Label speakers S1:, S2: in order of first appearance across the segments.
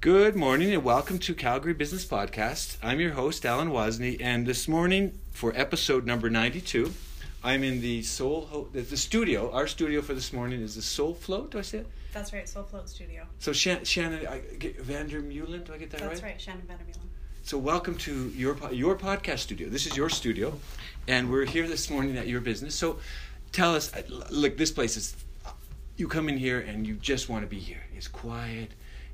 S1: Good morning and welcome to Calgary Business Podcast. I'm your host, Alan Wozni, and this morning for episode number 92, I'm in the Soul Ho- the, the studio. Our studio for this morning is the Soul Float. Do I say it?
S2: That's right, Soul Float Studio.
S1: So Shan- Shannon I, get, Vandermeulen, do I get that
S2: That's right, Shannon Vandermeulen.
S1: So welcome to your po- your podcast studio. This is your studio, and we're here this morning at your business. So tell us, uh, l- look, this place is. uh, You come in here and you just want to be here. It's quiet.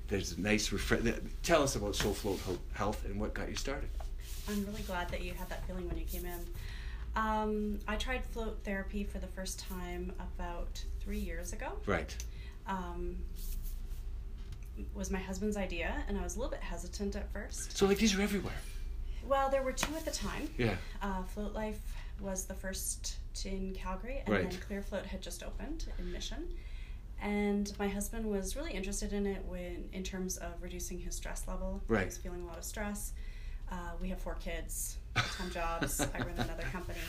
S1: There's a nice refresh. Tell us about Soul Float Ho- Health and what got you started.
S2: I'm really glad that you had that feeling when you came in. Um, I tried float therapy for the first time about three years ago.
S1: Right.
S2: Um, it was my husband's idea, and I was a little bit hesitant at first.
S1: So like these are everywhere.
S2: Well, there were two at the time.
S1: Yeah.
S2: Uh, float Life was the first in Calgary, and
S1: Right.
S2: then Clear Float had just opened in Mission. And my husband was really interested in it when, in terms of reducing his stress level.
S1: Right.
S2: He was feeling a lot of stress. Uh, we have four kids, full-time jobs. I run another company,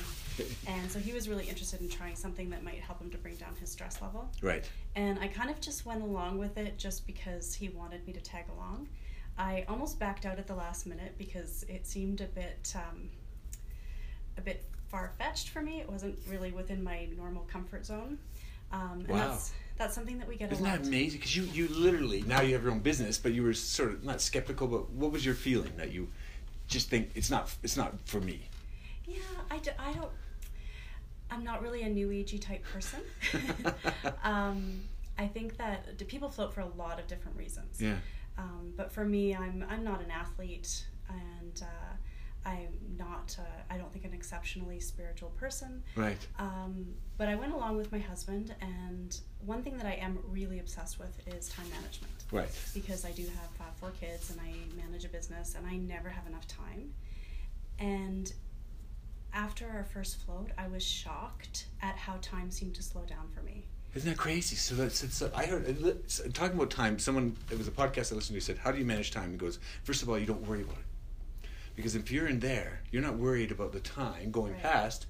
S2: and so he was really interested in trying something that might help him to bring down his stress level.
S1: Right.
S2: And I kind of just went along with it just because he wanted me to tag along. I almost backed out at the last minute because it seemed a bit um, a bit far fetched for me. It wasn't really within my normal comfort zone. Um, and
S1: Wow.
S2: that's that's something that we get
S1: Isn't
S2: a
S1: that
S2: lot.
S1: amazing? Because you, you literally now you have your own business, but you were sort of not skeptical. But what was your feeling that you just think it's not it's not for me?
S2: Yeah, I, d- I don't. I'm not really a new agey type person. um, I think that d- people float for a lot of different reasons.
S1: Yeah.
S2: Um, but for me, I'm I'm not an athlete, and uh, I'm not. Uh, I don't think an exceptionally spiritual person.
S1: Right.
S2: Um, but I went along with my husband, and one thing that I am really obsessed with is time management
S1: Right.
S2: because I do have uh, four kids and I manage a business and I never have enough time. And after our first float, I was shocked at how time seemed to slow down for me.
S1: Isn't that crazy? So that's it's, I heard it li- so, talking about time. Someone it was a podcast I listened to. Said, "How do you manage time?" He goes, first of all, you don't worry about it, because if you're in there, you're not worried about the time going
S2: Right.
S1: past.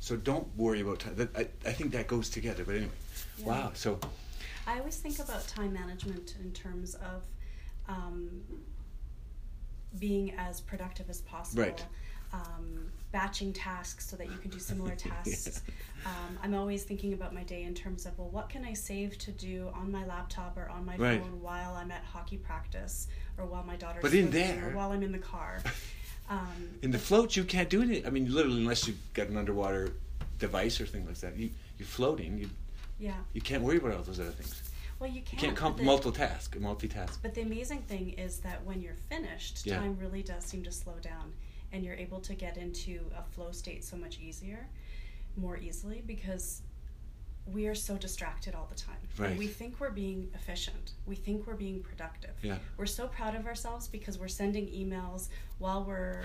S1: So don't worry about time. That, I, I think that goes together. But anyway,
S2: Yeah.
S1: wow. So
S2: I always think about time management in terms of um, being as productive as possible.
S1: Right.
S2: Um, batching tasks so that you can do similar tasks. um, I'm always thinking about my day in terms of, well, what can I save to do on my laptop or on my
S1: Right.
S2: phone while I'm at hockey practice or while my daughter's
S1: But in
S2: swimming
S1: there-
S2: or while I'm in the car. Um,
S1: in the float, you can't do anything. I mean, literally, unless you've got an underwater device or thing like that. You you're floating. You
S2: yeah.
S1: you can't worry about all those other things.
S2: Well, you
S1: You
S2: can't.
S1: can't
S2: but
S1: comp-
S2: the-
S1: multitask. Multitask.
S2: But the amazing thing is that when you're finished,
S1: Yeah.
S2: time really does seem to slow down and you're able to get into a flow state so much easier, more easily, because we are so distracted all the time. And
S1: Right.
S2: We think we're being efficient, we think we're being productive.
S1: Yeah.
S2: We're so proud of ourselves because we're sending emails while we're.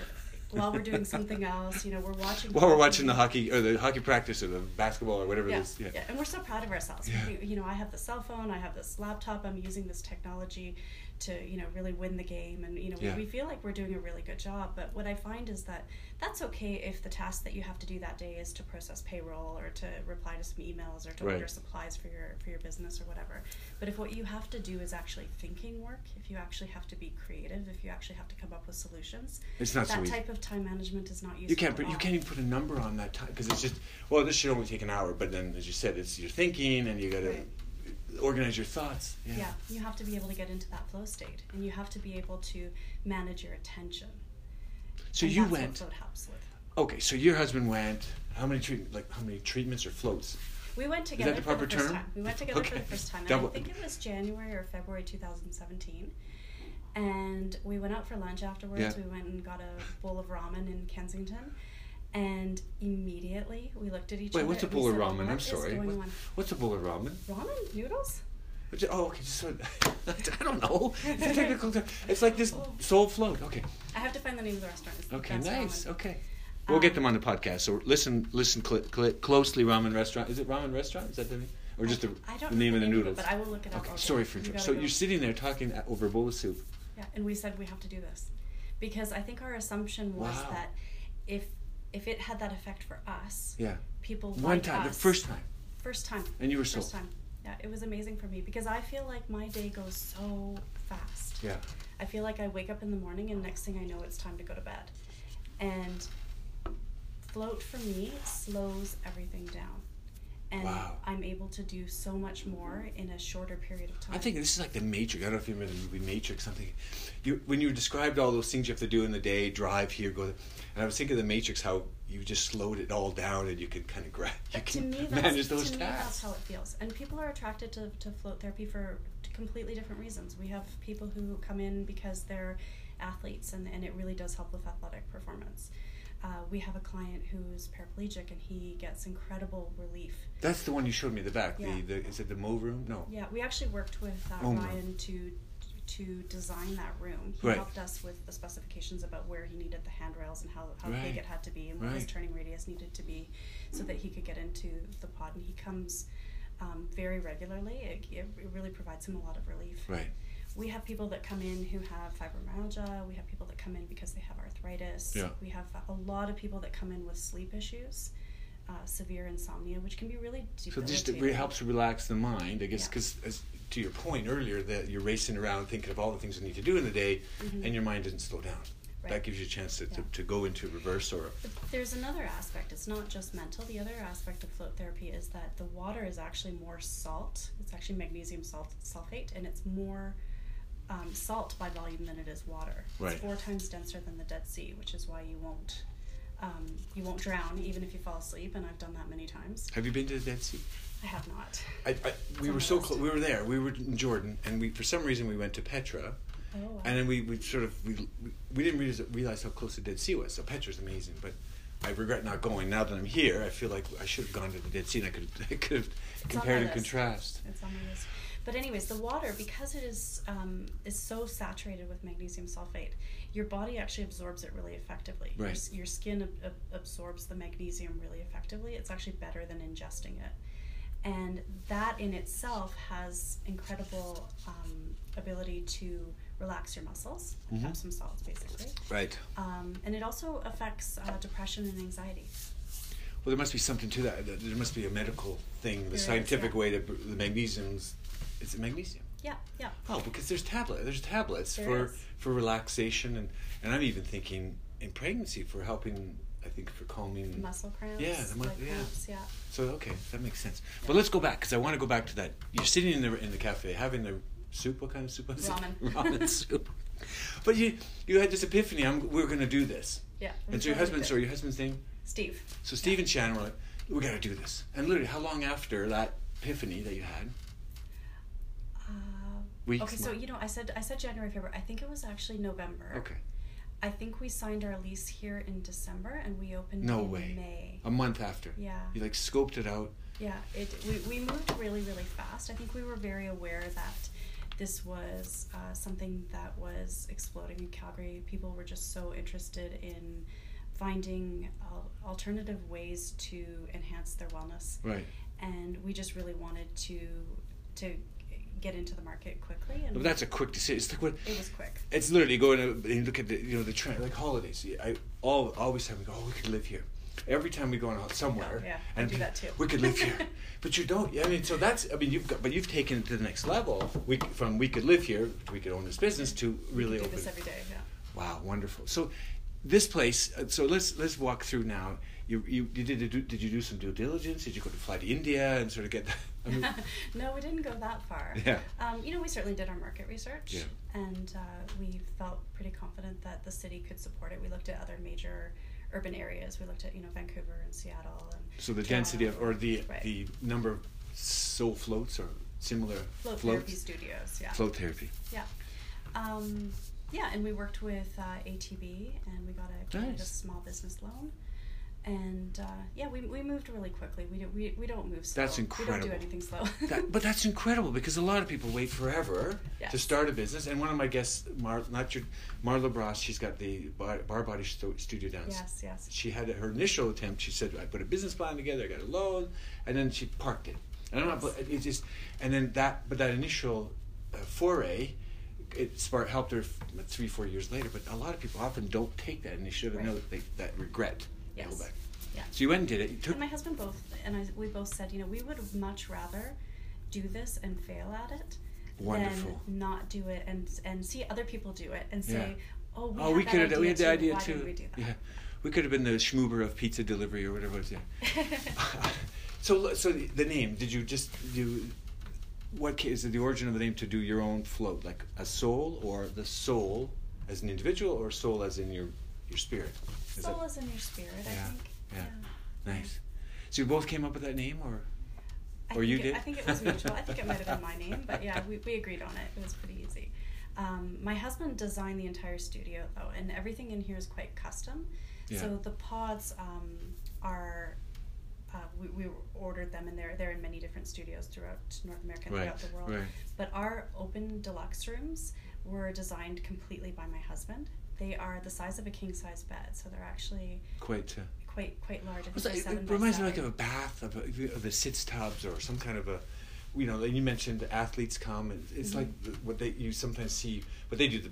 S2: While we're doing something else, you know, we're watching.
S1: While we're watching the hockey or the hockey practice or the basketball or whatever it
S2: Yeah,
S1: is.
S2: yeah. and we're so proud of ourselves.
S1: Yeah.
S2: We- You know, I have the cell phone, I have this laptop, I'm using this technology to, you know, really win the game. And, you know,
S1: Yeah.
S2: we, we feel like we're doing a really good job. But what I find is that that's okay if the task that you have to do that day is to process payroll or to reply to some emails or to
S1: Right.
S2: order supplies for your, for your business or whatever. But if what you have to do is actually thinking work, if you actually have to be creative, if you actually have to come up with solutions,
S1: It's not
S2: that
S1: so easy.
S2: type of time management is not useful.
S1: You can't.
S2: at
S1: Put, you
S2: all.
S1: can't even put a number on that time because it's just. Well, this should only take an hour, but then, as you said, it's your thinking, and you got to
S2: Right.
S1: organize your thoughts. Yeah.
S2: Yeah, you have to be able to get into that flow state, and you have to be able to manage your attention.
S1: So
S2: And
S1: you
S2: that's what
S1: went.
S2: float helps with.
S1: Okay. So your husband went. How many treat, like how many treatments or floats?
S2: We went together
S1: the
S2: for
S1: proper
S2: the first
S1: term?
S2: time. We went together for the
S1: Okay.
S2: first time, and
S1: Double-
S2: I think it was January or February 2017. And we went out for lunch afterwards.
S1: Yeah.
S2: We went and got a bowl of ramen in Kensington, and immediately we looked at each
S1: Wait,
S2: other.
S1: what's a
S2: and we
S1: bowl of
S2: said,
S1: ramen?
S2: "What
S1: I'm
S2: is
S1: sorry.
S2: going
S1: What- What's a bowl of ramen?
S2: on?" Ramen noodles?
S1: Which- Oh, okay. Just so, I don't know. It's a technical term. It's like this soul float. Okay.
S2: I have to find the name of the restaurant. It's the
S1: Okay.
S2: best
S1: nice.
S2: ramen.
S1: Okay. We'll get
S2: Um,
S1: them on the podcast. So listen, listen cl- cl- closely. Ramen restaurant. Is it ramen restaurant? Is that the name, or just the,
S2: I don't
S1: the
S2: know
S1: name of the
S2: it,
S1: noodles?
S2: but I will look it up.
S1: Okay,
S2: I'll
S1: sorry
S2: get-
S1: for
S2: you
S1: interrupting.
S2: gotta
S1: So
S2: go.
S1: you're sitting there talking at- over a bowl of soup.
S2: Yeah, and we said we have to do this because I think our assumption was
S1: Wow.
S2: that if if it had that effect for us,
S1: Yeah.
S2: people
S1: One
S2: like
S1: time,
S2: us-
S1: the first time.
S2: first time,
S1: And you were
S2: first
S1: sold.
S2: time. Yeah, it was amazing for me because I feel like my day goes so fast.
S1: Yeah.
S2: I feel like I wake up in the morning and next thing I know it's time to go to bed. And float for me slows everything down. And
S1: Wow.
S2: I'm able to do so much more in a shorter period of time.
S1: I think this is like the Matrix. I don't know if you remember the movie Matrix. Something you when you described all those things you have to do in the day, drive here, go. There, and I was thinking of the Matrix, how you just slowed it all down, and you can kind of grab, you
S2: to
S1: can
S2: me, that's,
S1: manage those
S2: to me, that's
S1: tasks.
S2: how it feels. And people are attracted to, to float therapy for completely different reasons. We have people who come in because they're athletes, and, and it really does help with athletic performance. Uh, we have a client who's paraplegic, and he gets incredible relief.
S1: That's the one you showed me in the back.
S2: Yeah.
S1: The, the is it the Mo room? No.
S2: Yeah, we actually worked with uh,
S1: Oh, no.
S2: Ryan to to design that room. He
S1: Right.
S2: helped us with the specifications about where he needed the handrails and how, how
S1: Right.
S2: big it had to be and what his
S1: Right.
S2: turning radius needed to be so that he could get into the pod. And he comes um, very regularly. It, it it really provides him a lot of relief.
S1: Right.
S2: We have people that come in who have fibromyalgia. We have people that come in because they have arthritis.
S1: Yeah.
S2: We have a lot of people that come in with sleep issues, uh, severe insomnia, which can be really
S1: So
S2: debilitating.
S1: just it really helps relax the mind, I guess,
S2: Yeah.
S1: because to your point earlier that you're racing around thinking of all the things you need to do in the day,
S2: Mhm.
S1: and your mind doesn't slow down.
S2: Right.
S1: That gives you a chance to, to,
S2: Yeah.
S1: to go into reverse or
S2: But there's another aspect. It's not just mental. The other aspect of float therapy is that the water is actually more salt. It's actually magnesium salt sulfate, and it's more um, salt by volume than it is water.
S1: Right.
S2: It's four times denser than the Dead Sea, which is why you won't um, you won't drown even if you fall asleep. And I've done that many times.
S1: have you been to the Dead Sea?
S2: I have not.
S1: I, I, we
S2: on
S1: were
S2: the
S1: so
S2: list.
S1: close. We were there. We were in Jordan, and we for some reason we went to Petra,
S2: Oh. wow.
S1: and then we, we sort of we, we didn't realize, realize how close the Dead Sea was. So Petra's amazing, but I regret not going. Now that I'm here, I feel like I should have gone to the Dead Sea, and I could I could have
S2: It's on my
S1: compared and
S2: list.
S1: contrast.
S2: It's on my list. But anyways, the water because it is um, is so saturated with magnesium sulfate, your body actually absorbs it really effectively. Your
S1: Right.
S2: s- Your, skin ab- ab- absorbs the magnesium really effectively. It's actually better than ingesting it, and that in itself has incredible um, ability to relax your muscles,
S1: Mhm.
S2: have some salts basically,
S1: Right.
S2: um, and it also affects uh, depression and anxiety.
S1: Well, there must be something to that. There there must be a medical thing, the
S2: There is,
S1: scientific
S2: yeah.
S1: way to br- the magnesium's. Is it magnesium?
S2: Yeah, yeah.
S1: Oh, because there's tablet. There's tablets
S2: There
S1: for
S2: is.
S1: for relaxation, and and I'm even thinking in pregnancy for helping. I think for calming.
S2: Muscle cramps,
S1: Yeah, the mu-
S2: leg
S1: yeah.
S2: cramps, yeah.
S1: So okay, that makes sense. But let's go back because I want to go back to that. You're sitting in the in the cafe having the soup. What kind of soup was
S2: Ramen.
S1: it? Ramen soup. But you you had this epiphany. I'm, we're going to do this.
S2: Yeah.
S1: And so your
S2: totally
S1: husband,
S2: did.
S1: sorry, your husband's name.
S2: Steve.
S1: So Steve and Shannon were like, we got to do this. And literally, how long after that epiphany that you had?
S2: Uh,
S1: Weeks,
S2: okay, so
S1: month.
S2: you know, I said I said January, February. I think it was actually November.
S1: Okay,
S2: I think we signed our lease here in December, and we opened
S1: No
S2: in
S1: way.
S2: May.
S1: a month after.
S2: Yeah,
S1: You like scoped it out.
S2: yeah. It we we moved really really fast. I think we were very aware that this was uh, something that was exploding in Calgary. People were just so interested in finding al- alternative ways to enhance their wellness
S1: Right.
S2: and we just really wanted to to get into the market quickly and
S1: But that's a quick decision. It's like what
S2: it was quick
S1: It's literally going to and you look at the you know the trend like holidays. I all always have we go oh we could live here. Every time we go on hol- somewhere,
S2: Yeah, I
S1: and
S2: do that too.
S1: we could live here, but you don't. I mean, so that's I mean you've got but you've taken it to the next level. We c- from we could live here, we could own this business to really
S2: we do
S1: open.
S2: this every day yeah
S1: Wow, wonderful. So this place. uh, So let's let's walk through now. You you, you did did did you do some due diligence? Did you go to fly to India and sort of get? The, I mean,
S2: no, we didn't go that far.
S1: Yeah.
S2: Um, you know, we certainly did our market research,
S1: Yeah.
S2: and uh, we felt pretty confident that the city could support it. We looked at other major urban areas. We looked at you know Vancouver and Seattle and
S1: so the density of
S2: Toronto.
S1: or the
S2: Right.
S1: the number of soul floats or similar
S2: float
S1: floats.
S2: therapy studios. Yeah.
S1: Float therapy.
S2: Yeah. Um, yeah, and we worked with uh, ATB and we got a Canada
S1: Nice.
S2: small business loan. And uh, yeah, we, we moved really quickly. We, do, we, we don't move slow.
S1: That's
S2: We don't
S1: incredible.
S2: do anything slow.
S1: That, but that's incredible because a lot of people wait forever to
S2: Yes.
S1: start a business. And one of my guests, Mar, not your Marla Bras, she's got the bar, bar body stu- studio down.
S2: yes, yes.
S1: She had her initial attempt. She said, "I put a business plan together. I got a loan, and then she parked it." And I'm not. bl- It just, and then that, but that initial uh, foray, it sparked, helped her f- three, four years later. But a lot of people often don't take that initiative and know that they, that regret. They
S2: Yes.
S1: Go back.
S2: Yeah.
S1: So you went and did it. You took
S2: And my husband both and I we both said, you know, we would much rather do this and fail at it
S1: Wonderful.
S2: than not do it and and see other people do it and say, oh, we
S1: oh,
S2: had
S1: we
S2: that
S1: could have
S2: idea
S1: we had the
S2: too.
S1: idea
S2: Why
S1: too.
S2: didn't we do
S1: Yeah, we could have been the schmoober of pizza delivery or whatever it was. Yeah.
S2: that?
S1: so l- so the the name did you just do what ca- is it the origin of the name to do your own float like a soul or the soul as an individual or soul as in your your spirit Is
S2: Soul
S1: it-
S2: is in your spirit,
S1: Yeah,
S2: I think.
S1: yeah. nice so you both came up with that name or
S2: I
S1: Or you
S2: think it-
S1: did?
S2: I think it was mutual. I think it might have been my name, but yeah, we, we agreed on it. It was pretty easy. Um, my husband designed the entire studio though, and everything in here is quite custom.
S1: Yeah.
S2: So the pods um, are. Uh, we, we ordered them, and they're they're in many different studios throughout North America and
S1: right
S2: throughout the world.
S1: right
S2: But our open deluxe rooms were designed completely by my husband. They are the size of a king size bed, so they're actually
S1: quite uh,
S2: quite quite large. I think
S1: It's like-
S2: they're seven
S1: it
S2: by
S1: reminds me like
S2: seven.
S1: of a bath, of, a, of the sitz tubs, or some kind of a, you know, like you mentioned the athletes come, and it's
S2: Mm-hmm.
S1: like the, what they you sometimes see, what they do, the,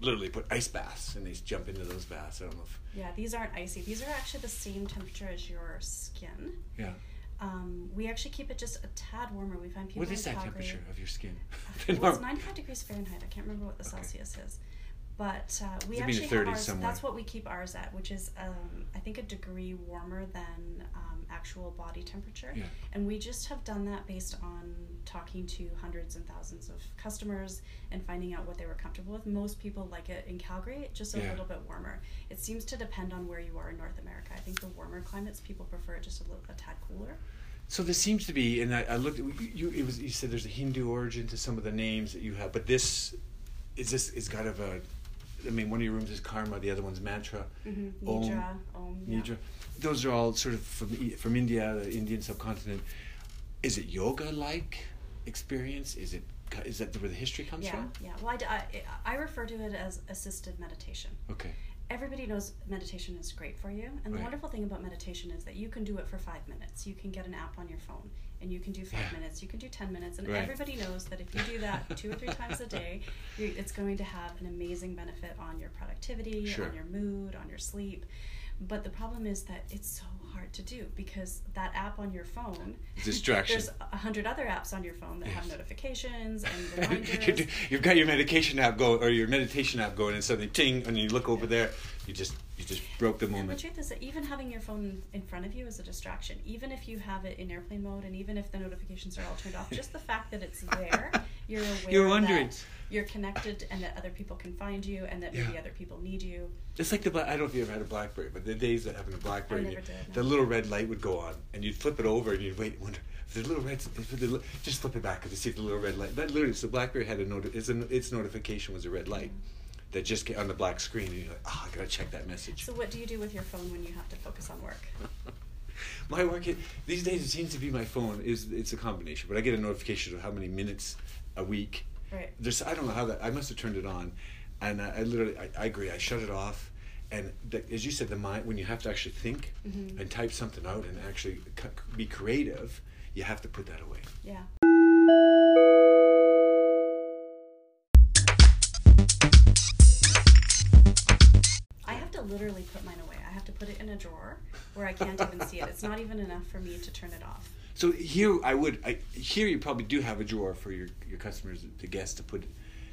S1: literally put ice baths, and they jump into those baths. I don't know if
S2: Yeah, these aren't icy. These are actually the same temperature as your skin.
S1: yeah.
S2: Um, we actually keep it just a tad warmer. We find people
S1: What is
S2: in
S1: that
S2: Calgary-
S1: temperature of your skin?
S2: well, it's 95 degrees Fahrenheit. I can't remember what the
S1: Okay.
S2: Celsius is. But uh, we
S1: It'd be in the
S2: actually
S1: 30s
S2: have ours,
S1: somewhere.
S2: that's what we keep ours at, which is um, I think a degree warmer than um, actual body temperature.
S1: Yeah.
S2: And we just have done that based on talking to hundreds and thousands of customers and finding out what they were comfortable with. Most people like it in Calgary, just a
S1: Yeah.
S2: little bit warmer. It seems to depend on where you are in North America. I think the warmer climates, people prefer it just a little a tad cooler.
S1: So there seems to be, and I, I looked. You it was you said there's a Hindu origin to some of the names that you have, but this is this is kind of a. I mean, one of your rooms is karma, the other one's mantra.
S2: hmm
S1: Om.
S2: Nidra, om, yeah.
S1: Mm-hmm. Nidra. Those are all sort of from I- from India, the Indian subcontinent. Is it yoga like experience? Is it co- is that where the history comes
S2: yeah,
S1: from?
S2: Yeah, well, I d- I, I refer to it as assisted meditation.
S1: Okay.
S2: Everybody knows meditation is great for you, and the
S1: Right.
S2: wonderful thing about meditation is that you can do it for five minutes. You can get an app on your phone, and you can do five
S1: Yeah.
S2: minutes. You can do ten minutes, and
S1: Right.
S2: everybody knows that if you do that two or three times a day, you, it's going to have an amazing benefit on your productivity,
S1: Sure.
S2: on your mood, on your sleep. But the problem is that it's so hard to do because that app on your phone
S1: Distraction.
S2: There's a hundred other apps on your phone that have
S1: Yes.
S2: notifications and
S1: You
S2: reminders.
S1: do- You've got your medication app going, or your meditation app going, and suddenly ting, and you look over there, you just you just broke the
S2: And the
S1: moment.
S2: truth is that even having your phone in front of you is a distraction. Even if you have it in airplane mode, and even if the notifications are all turned off, just the fact that it's there, you're aware
S1: You're
S2: that
S1: wondering.
S2: you're connected, and that other people can find you, and that maybe
S1: Yeah.
S2: other people need you.
S1: It's like the Bla- I don't know if you ever had a BlackBerry, but the days of having a BlackBerry, and
S2: never
S1: you-
S2: did,
S1: the
S2: no.
S1: little red light would go on, and you'd flip it over, and you'd wait, and wonder if the little red, if the, li- just flip it back, and you see the little red light. That literally, so BlackBerry had a noti- its, a, its notification was a red light that just came on the black screen, and you're like, oh, I gotta check that message.
S2: Mm-hmm. So, what do you do with your phone when you have to focus on work?
S1: my work i- these days it seems to be my phone is it's a combination, but I get a notification of how many minutes a week.
S2: Right.
S1: There's I don't know how that I must have turned it on, and I, I literally I, I agree I shut it off, and the, as you said the mind when you have to actually think
S2: Mhm.
S1: and type something out and actually c- be creative, you have to put that away.
S2: Yeah. I have to literally put mine away. I have to put it in a drawer where I can't even see it. It's not even enough for me to turn it off.
S1: So here I would I, here you probably do have a drawer for your your customers the guests to put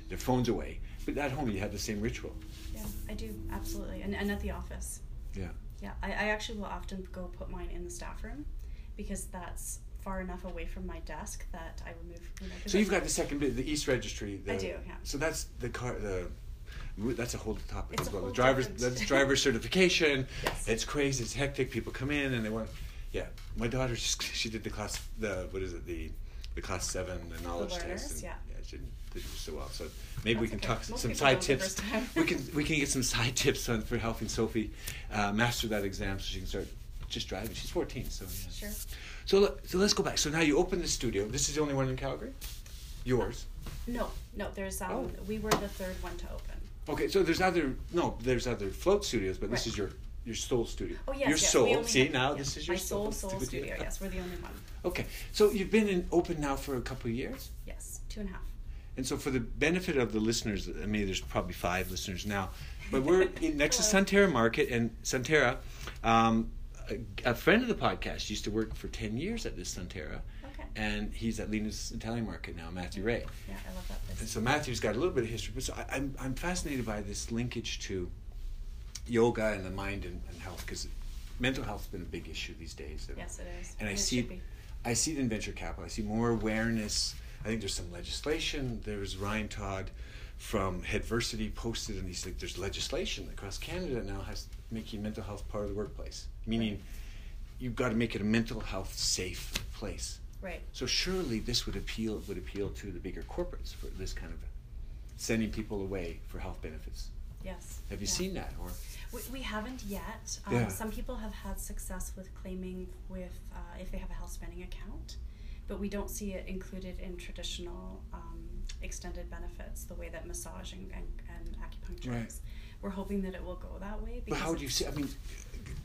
S1: their phones away, but at home you have the same ritual.
S2: Yeah, I do absolutely, and, and at the office.
S1: Yeah.
S2: Yeah, I, I actually will often go put mine in the staff room because that's far enough away from my desk that I remove. You know, 'cause
S1: So you've got
S2: that's-
S1: the second bit, the East Registry. The,
S2: I do, yeah.
S1: So that's the car. The that's a whole topic as
S2: It's a
S1: well. The
S2: whole
S1: driver's
S2: different-
S1: that's driver certification.
S2: Yes.
S1: It's crazy. It's hectic. People come in and they want. Yeah, my daughter just she did the class. The what is it? The the class seven, the knowledge
S2: learners,
S1: test. And,
S2: yeah.
S1: she didn't, didn't do so well. So maybe we
S2: That's
S1: can
S2: okay.
S1: talk
S2: Most
S1: some
S2: people
S1: side
S2: don't the
S1: tips.
S2: first time.
S1: we can we can get some side tips on for helping Sophie uh, master that exam so she can start just driving. She's fourteen, so yeah.
S2: Sure.
S1: So le- so let's go back. So now you open the studio. This is the only one in Calgary. Yours.
S2: No, no. There's um,
S1: Oh.
S2: we were the third one to open.
S1: Okay. So there's other no. There's other float studios, but this
S2: Right.
S1: is your your soul studio.
S2: Oh yes,
S1: Your
S2: yes,
S1: soul.
S2: We only
S1: See
S2: have-
S1: now
S2: yeah,
S1: this is
S2: my
S1: your
S2: soul soul studio. Yes, we're the only one.
S1: Okay. So you've been in open now for a couple of years,
S2: Yes, two and a half.
S1: and so for the benefit of the listeners, I mean, there's probably five listeners now, but we're in, next to
S2: Hello.
S1: Santerra Market and Santerra. Um, a, a friend of the podcast used to work for ten years at this Santerra.
S2: Okay.
S1: and he's at Lena's Italian Market now, Matthew Ray.
S2: Yeah, I love that
S1: And
S2: place.
S1: so Matthew's got a little bit of history, but so I, I'm I'm fascinated by this linkage to yoga and the mind and, and health because mental health's been a big issue these days. And-
S2: Yes, it is.
S1: And I
S2: it
S1: see,
S2: should be.
S1: I see it in venture capital. I see more awareness. I think there's some legislation. There's Ryan Todd from Headversity posted, and he's like, "There's legislation across Canada now has making mental health part of the workplace, meaning you've got to make it a mental health safe place."
S2: Right.
S1: So surely this would appeal would appeal to the bigger corporates for this kind of sending people away for health benefits.
S2: Yes.
S1: Have you
S2: yeah.
S1: seen that? Or
S2: We, we haven't yet. Um,
S1: Yeah.
S2: Some people have had success with claiming with uh, if they have a health spending account, but we don't see it included in traditional um, extended benefits the way that massage and, and, and acupuncture
S1: Right.
S2: is. We're hoping that it will go that way.
S1: but
S2: Because
S1: how do you see? I mean,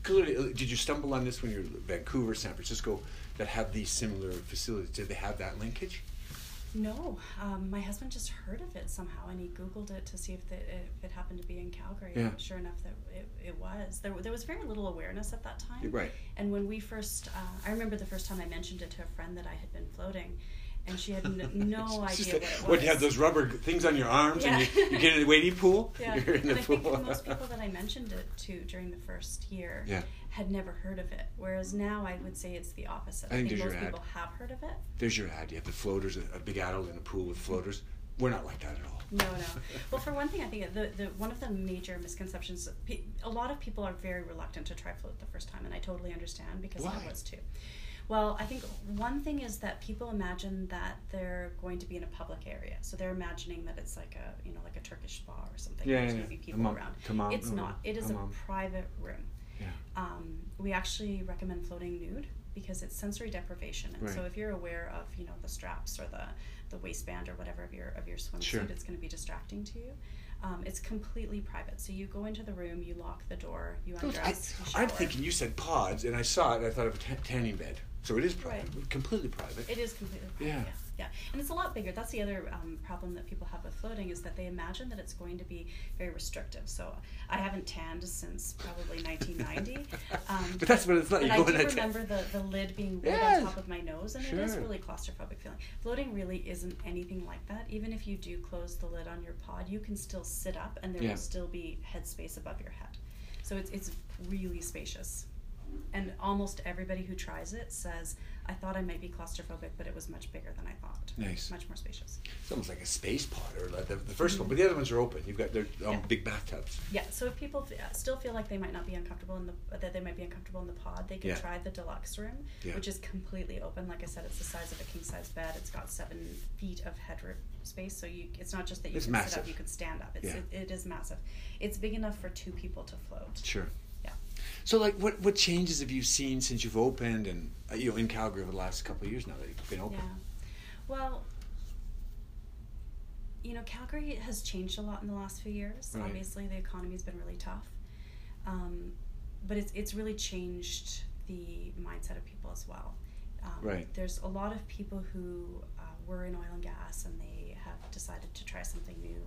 S1: clearly, uh, did you stumble on this when you were in Vancouver, San Francisco, that have these similar facilities? Did they have that linkage?
S2: No, um, my husband just heard of it somehow, and he Googled it to see if, the, if it happened to be in Calgary.
S1: Yeah.
S2: and Sure enough, that it, it was. There, there was very little awareness at that time.
S1: You're right.
S2: And when we first, uh, I remember the first time I mentioned it to a friend that I had been floating, and she had n- no
S1: It's just
S2: idea what
S1: that-
S2: it was.
S1: what, you have those rubber g- things on your arms, and
S2: Yeah.
S1: you, you get in the wading pool.
S2: Yeah.
S1: You're in
S2: and
S1: the
S2: I
S1: pool.
S2: think most people that I mentioned it to during the first year
S1: Yeah.
S2: had never heard of it. Whereas now I would say it's the opposite.
S1: I think there's
S2: most
S1: your ad.
S2: people have heard of it.
S1: There's your ad. You have the floaters, a, a big adult in a pool with floaters. We're not like that at all.
S2: No, no. Well, for one thing, I think the, the one of the major misconceptions, pe- a lot of people are very reluctant to try float the first time, and I totally understand because
S1: Why?
S2: I was too. Well, I think one thing is that people imagine that they're going to be in a public area, so they're imagining that it's like a you know like a Turkish spa or something.
S1: Yeah,
S2: where there's
S1: yeah,
S2: gonna
S1: yeah. mm,
S2: be people
S1: Tamam,
S2: around.
S1: tamam,
S2: it's
S1: or
S2: not. It is
S1: tamam.
S2: a private room.
S1: Yeah.
S2: Um, we actually recommend floating nude because it's sensory deprivation, and so
S1: Right.
S2: if you're aware of you know the straps or the the waistband or whatever of your of your swimsuit,
S1: Sure.
S2: it's going to be distracting to you. Um, it's completely private. So you go into the room, you lock the door, you
S1: I,
S2: undress, you shower.
S1: I'm thinking you said pods, and I saw it, and I thought of a ta- tanning bed. So it is private, completely private.
S2: It is completely private.
S1: Yeah.
S2: Yeah. yeah. And it's a lot bigger. That's the other um, problem that people have with floating is that they imagine that it's going to be very restrictive. So I haven't tanned since probably 1990. Um,
S1: but that's what it's like.
S2: but
S1: You
S2: I
S1: go
S2: do
S1: in a ta-
S2: remember the, the lid being right
S1: Yes.
S2: on top of my nose, and it is
S1: Sure.
S2: really claustrophobic feeling. Floating really isn't anything like that. Even if you do close the lid on your pod, you can still sit up, and there
S1: Yeah.
S2: will still be headspace above your head. So it's it's really spacious, and almost everybody who tries it says, "I thought I might be claustrophobic, but it was much bigger than I thought.
S1: Nice.
S2: much more spacious."
S1: It's almost like a space pod, or like the, the 1st one, but the other ones are open. You've got their um,
S2: Mm-hmm. Yeah.
S1: big bathtubs.
S2: Yeah. So if people f- uh, still feel like they might not be uncomfortable in the uh, that they might be uncomfortable in the pod, they can
S1: Yeah.
S2: try the deluxe room,
S1: Yeah.
S2: which is completely open. Like I said, it's the size of a king size bed. It's got seven feet of headroom space, so you it's not just that you
S1: It's
S2: can sit
S1: massive.
S2: up, you can stand up. It's
S1: Yeah.
S2: it, it is massive. It's big enough for two people to float.
S1: Sure.
S2: Yeah.
S1: So, like, what what changes have you seen since you've opened, and uh, you know, in Calgary over the last couple of years now that you've been open?
S2: Yeah. Well, you know, Calgary has changed a lot in the last few years.
S1: Right.
S2: Obviously, the economy's been really tough, um, but it's it's really changed the mindset of people as well. Um,
S1: Right.
S2: There's a lot of people who uh, were in oil and gas, and they have decided to try something new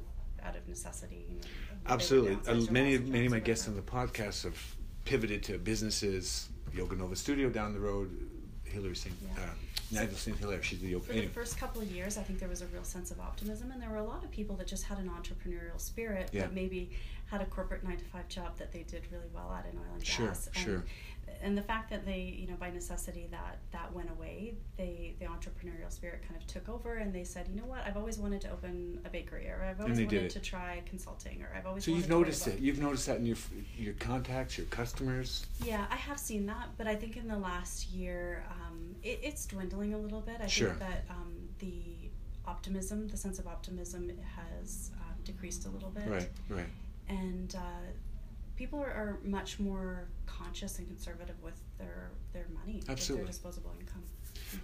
S2: out of necessity. You know, they
S1: Absolutely.
S2: renounced
S1: Uh,
S2: their
S1: many
S2: jobs
S1: many of my
S2: or
S1: guests on
S2: whatever.
S1: the podcast have pivoted to businesses. Yoga Nova Studio down the road. Hillary St.
S2: Yeah.
S1: Uh, Nigel St. Hilaire. She's the yoga.
S2: For the first couple of years, I think there was a real sense of optimism, and there were a lot of people that just had an entrepreneurial spirit,
S1: Yeah.
S2: but maybe had a corporate nine to five job that they did really well at in oil and
S1: Sure,
S2: gas. And,
S1: sure.
S2: and the fact that they, you know, by necessity that that went away, they the entrepreneurial spirit kind of took over, and they said, you know what, I've always wanted to open a bakery, or I've always
S1: they did
S2: wanted
S1: it.
S2: to try consulting, or I've always
S1: so
S2: wanted
S1: you've
S2: to write a
S1: noticed
S2: book."
S1: it. You've noticed that in your f- your contacts, your customers.
S2: Yeah, I have seen that, but I think in the last year, um, it, it's dwindling a little bit. I
S1: Sure.
S2: think that um, the optimism, the sense of optimism, has uh, decreased a little bit,
S1: Right. Right.
S2: and uh, people are, are much more conscious and conservative with their their money, with
S1: Absolutely.
S2: their disposable income.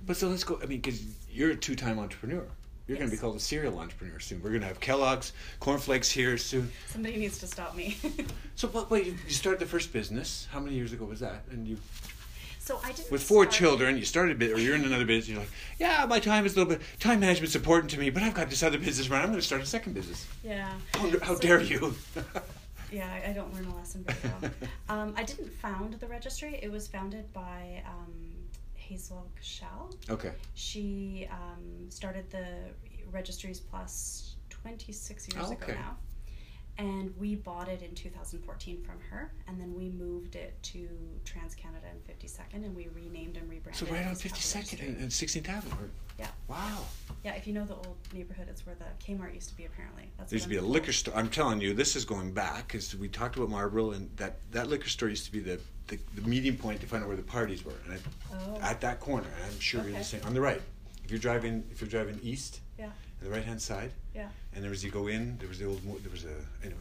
S1: But so let's go. I mean, because you're a two-time entrepreneur. You're going to be
S2: Yes.
S1: called a serial entrepreneur soon. We're going to have Kellogg's cornflakes here soon.
S2: Somebody needs to stop me.
S1: So, but wait, you you started the first business. How many years ago was that? And you,
S2: so I didn't
S1: with four
S2: start-
S1: children, you started a bit, or you're in another business. You're like, yeah, my time is a little bit. Time management's important to me, but I've got this other business running. I'm going to start a second business.
S2: Yeah.
S1: How, how
S2: So-
S1: dare you?
S2: Yeah, I- I don't learn a lesson very well. um, I didn't found the registry. It was founded by um, Hazel Kashal.
S1: Okay.
S2: She um, started the Registries Plus 26 years
S1: Oh, okay.
S2: ago now. And we bought it in 2014 from her, and then we moved it to Trans Canada and 52nd, and we renamed and rebranded.
S1: So right
S2: it
S1: on eh?
S2: as Capital
S1: 52nd and,
S2: Registry.
S1: and 16th Avenue. or-
S2: Yeah.
S1: Wow.
S2: Yeah, if you know the old neighborhood, it's where the Kmart used to be. Apparently, that's
S1: There used to be a
S2: what I'm
S1: liquor store. I'm telling you, this is going back because we talked about Marlboro, and that, that liquor store used to be the, the, the meeting point to find out where the parties were. And I,
S2: told. Oh,
S1: at that corner, and I'm sure you're the
S2: Okay.
S1: same. On the right, if you're driving, if you're driving east,
S2: yeah,
S1: on the right hand side,
S2: yeah,
S1: and there was you go in, there was the old, mo- there was a anyway.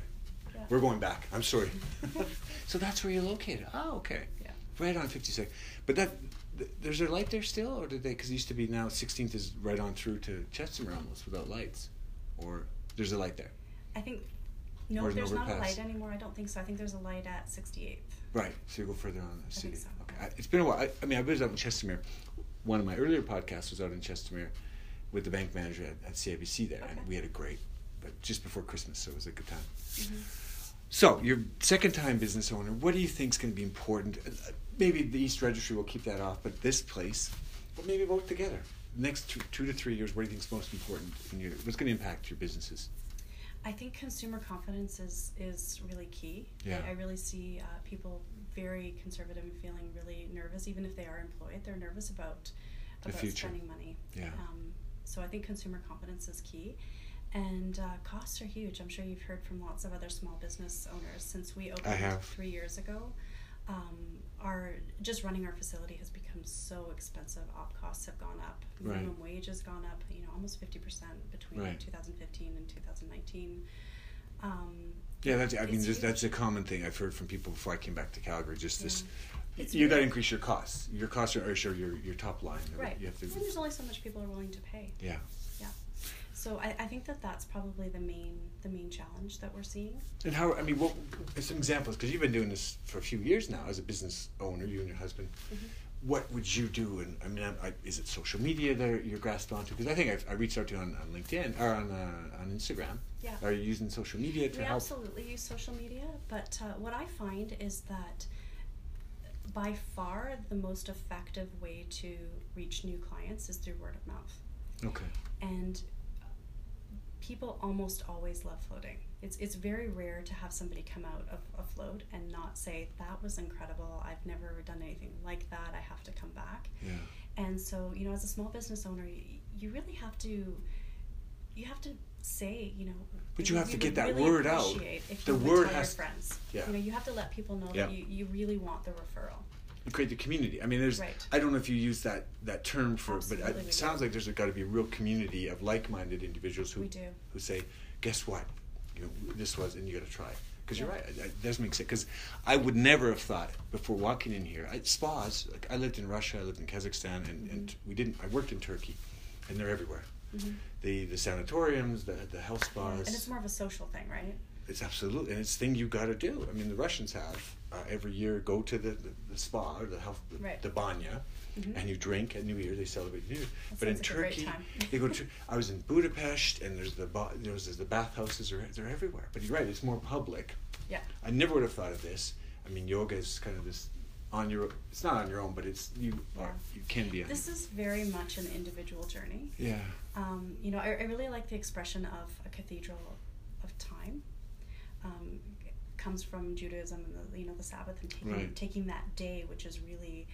S2: yeah.
S1: We're going back. I'm sorry. so that's where you're located. Oh, okay.
S2: Yeah.
S1: Right on 52nd. But that th- there's there light there still, or did they? Because it used to be now 16th is right on through to Chestermere almost without lights, or there's a light there.
S2: I think no,
S1: Or an
S2: there's not a
S1: overpass.
S2: light anymore. I don't think so. I think there's a light at 68th.
S1: Right. So you go further on the
S2: I
S1: city.
S2: think so.
S1: Okay. I, it's been a while. I, I mean, I was out in Chestermere. One of my earlier podcasts was out in Chestermere with the bank manager at, at CIBC there,
S2: Okay.
S1: and we had a great, but just before Christmas, so it was a good time.
S2: Mhm.
S1: So, your second time business owner, what do you think is going to be important? Uh, Maybe the East Registry will keep that off, but this place, well, maybe both together. Next two, two to three years, what do you think is most important? In your, what's going to impact your businesses?
S2: I think consumer confidence is is really key. I-
S1: Yeah.
S2: I, really see uh, people very conservative and feeling really nervous, even if they are employed. They're nervous about
S1: The
S2: about
S1: future.
S2: spending money.
S1: Yeah.
S2: Um, so I think consumer confidence is key, and uh, costs are huge. I'm sure you've heard from lots of other small business owners since we opened
S1: have.
S2: three years ago. Um, our just running our facility has become so expensive. Op costs have gone up.
S1: Right.
S2: Minimum wage has gone up. You know, almost fifty percent between
S1: Right.
S2: 2015 and 2019. Um,
S1: Yeah, that's, I mean,
S2: It's
S1: just,
S2: huge.
S1: that's a common thing I've heard from people before I came back to Calgary. Just this,
S2: It's
S1: you got to
S2: really-
S1: increase your costs. Your costs are, are sure your, your top line.
S2: right.
S1: You have to,
S2: and there's only so much people are willing to pay.
S1: yeah.
S2: So I, I think that that's probably the main the main challenge that we're seeing.
S1: And how, I mean, what, as some examples, because you've been doing this for a few years now as a business owner, you and your husband.
S2: Mhm.
S1: What would you do? And I mean, I, I, is it social media that you're grasped onto? Because I think I've, I reached out to you on, on LinkedIn or on, uh, on Instagram.
S2: Yeah.
S1: Are you using social media to
S2: we
S1: help?
S2: absolutely use social media, but uh, what I find is that by far the most effective way to reach new clients is through word of mouth.
S1: Okay.
S2: and people almost always love floating. It's it's very rare to have somebody come out of a float and not say that was incredible. I've never done anything like that. I have to come back.
S1: Yeah.
S2: And so, you know, as a small business owner, y- you really have to you have to say, you know,
S1: But you have
S2: "We
S1: to
S2: would
S1: get that
S2: really
S1: word out.
S2: appreciate If
S1: The
S2: you would
S1: word
S2: tell
S1: has-
S2: your friends.
S1: Yeah.
S2: You know, you have to let people know that
S1: Yeah.
S2: you, you really want the referral.
S1: And create the community. I mean, there's.
S2: Right.
S1: I don't know if you use that that term for, but I,
S2: Absolutely we
S1: it sounds
S2: do.
S1: like there's got to be a real community of like-minded individuals who
S2: We do.
S1: who say, "Guess what? You know, this was, and you got to try." Because you're
S2: Yeah.
S1: right, I- I- it does make sense. Because I would never have thought before walking in here. I, spas, like I lived in Russia, I lived in Kazakhstan, and, and
S2: Mm-hmm.
S1: we didn't. I worked in Turkey, and they're everywhere.
S2: Mhm.
S1: The the sanatoriums, the the health
S2: And
S1: spas.
S2: it's more of a social thing, right?
S1: It's absolutely, and it's a thing you got to do. I mean, the Russians have uh, every year go to the, the, the spa or the health, the,
S2: Right.
S1: the banya,
S2: Mhm.
S1: and you drink at New Year. They celebrate New Year,
S2: That
S1: but in
S2: sounds like a great
S1: Turkey,
S2: time.
S1: they go to. I was in Budapest, and there's the ba- there's the bathhouses are they're everywhere. But you're right, it's more public.
S2: Yeah.
S1: I never would have thought of this. I mean, yoga is kind of this on your. It's not on your own, but it's you are you can be on.
S2: This is very much an individual journey.
S1: yeah,
S2: Um, you know, I, I really like the expression of a cathedral of time. Um, it comes from Judaism and the you know the Sabbath and taking,
S1: Right.
S2: taking that day, which is really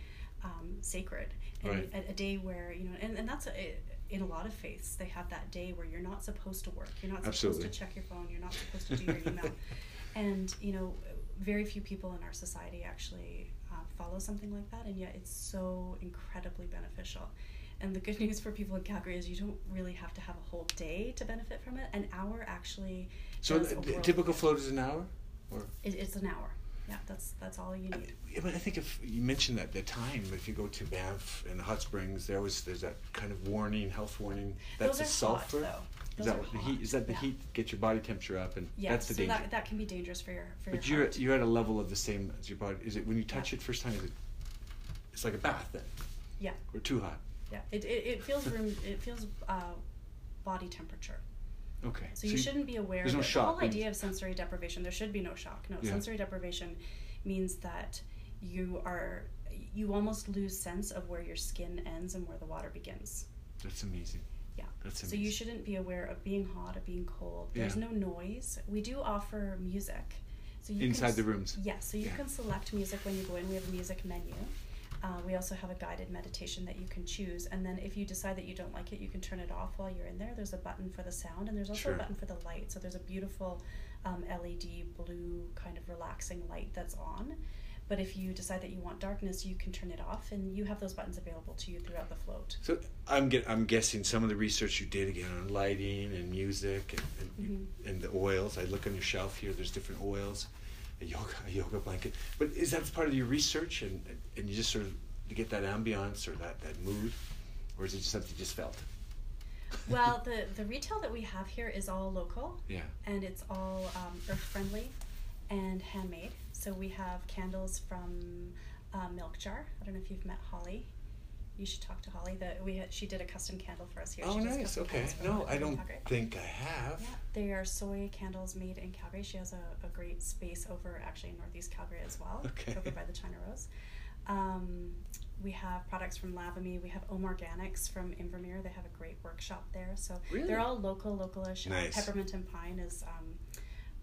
S2: um, sacred, and
S1: Right.
S2: a, a day where you know, and, and that's a, in a lot of faiths they have that day where you're not supposed to work, you're not
S1: Absolutely.
S2: supposed to check your phone, you're not supposed to do your email, and you know, very few people in our society actually uh, follow something like that, and yet it's so incredibly beneficial. And the good news for people in Calgary is you don't really have to have a whole day to benefit from it. An hour actually.
S1: so
S2: does
S1: the,
S2: a
S1: the
S2: world
S1: typical
S2: of good.
S1: float is an hour, or
S2: It, it's an hour. Yeah, that's that's all you
S1: I
S2: need.
S1: mean, yeah, but I think if you mentioned that the time, if you go to Banff and the hot springs, there was there's that kind of warning, health warning. That's
S2: Those
S1: a
S2: are
S1: sulfur.
S2: hot, though.
S1: is
S2: Those
S1: that
S2: are
S1: what the
S2: hot.
S1: heat? Is that the
S2: Yeah.
S1: heat gets your body temperature up, and
S2: Yeah,
S1: that's the
S2: so
S1: danger.
S2: That, that can be dangerous for your for
S1: but
S2: your
S1: you're
S2: heart.
S1: you're at a level of the same as your body. Is it when you touch it first time? Is it? It's like a bath then.
S2: Yeah.
S1: Or too hot.
S2: yeah, it, it, it feels room. It feels uh, body temperature.
S1: Okay.
S2: So, you, shouldn't be aware.
S1: there's
S2: of
S1: no
S2: it.
S1: shock
S2: The whole
S1: when-
S2: idea of sensory deprivation, there should be no shock. No,
S1: Yeah.
S2: sensory deprivation means that you are you almost lose sense of where your skin ends and where the water begins.
S1: That's amazing.
S2: Yeah.
S1: That's
S2: So
S1: amazing.
S2: you shouldn't be aware of being hot or being cold. There's
S1: Yeah.
S2: no noise. We do offer music. So you can
S1: Inside
S2: s-
S1: the rooms.
S2: Yeah, so you
S1: Yeah.
S2: can select music when you go in. We have a music menu. Uh, we also have a guided meditation that you can choose, and then if you decide that you don't like it, you can turn it off while you're in there. There's a button for the sound, and there's also
S1: Sure.
S2: a button for the light. So there's a beautiful um, LED blue kind of relaxing light that's on. But if you decide that you want darkness, you can turn it off, and you have those buttons available to you throughout the float.
S1: So I'm get, I'm guessing some of the research you did again on lighting and music and and,
S2: Mm-hmm.
S1: and the oils. I look on your shelf here. There's different oils, a yoga a yoga blanket. But is that part of your research and and you just sort of to get that ambiance or that that mood, or is it just something you just felt?
S2: well, the the retail that we have here is all local.
S1: yeah.
S2: and it's all um, earth friendly and handmade. So we have candles from uh, Milk Jar. I don't know if you've met Holly. You should talk to Holly. That we had, she did a custom candle for us here.
S1: Oh,
S2: She does
S1: nice.
S2: custom
S1: Okay.
S2: candles for
S1: No,
S2: us
S1: I
S2: in
S1: don't
S2: Calgary.
S1: think I have.
S2: Yeah, they are soy candles made in Calgary. She has a, a great space over actually in Northeast Calgary as well,
S1: Okay.
S2: over by the China Rose. Um, we have products from Lavamy. We have Om Organics from Invermere. They have a great workshop there. So
S1: Really?
S2: they're all local, localish. Uh,
S1: Nice.
S2: Peppermint and Pine is um,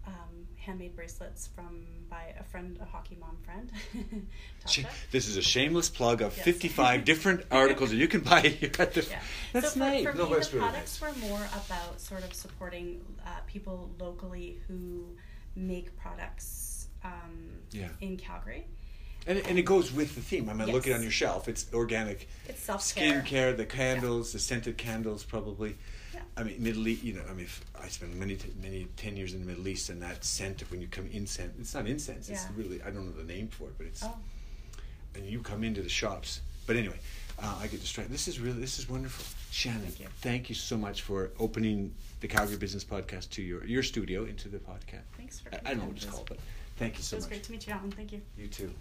S2: um, handmade bracelets from by a friend, a hockey mom friend,
S1: Sh-
S2: Tasha.
S1: This is a shameless plug of
S2: Yes.
S1: 55 different articles that you can buy here at the.
S2: Yeah.
S1: That's
S2: so for,
S1: nice.
S2: for
S1: no,
S2: me,
S1: that's
S2: the
S1: really
S2: products
S1: nice.
S2: were more about sort of supporting uh, people locally who make products um,
S1: Yeah.
S2: in Calgary.
S1: And, and it goes with the theme. I mean, look it
S2: Yes.
S1: on your shelf. It's organic
S2: It's self care.
S1: skincare, the candles, the scented candles, probably.
S2: Yeah.
S1: I mean, Middle East. You know, I mean, if I spent many, t- many ten years in the Middle East, and that scent of when you come incense. It's not incense. It's
S2: Yeah.
S1: really I don't know the name for it, but it's
S2: Oh,
S1: and you come into the shops. But anyway, uh, I get distracted. This is really this is wonderful, Shannon. Thank
S2: Thank
S1: you.
S2: you.
S1: so much for opening the Calgary Business Podcast to your your studio into the podcast.
S2: thanks for.
S1: I, I don't know what
S2: coming.
S1: it's called, but thank you so
S2: It was
S1: much.
S2: great to meet you, Alan. Thank you.
S1: You too.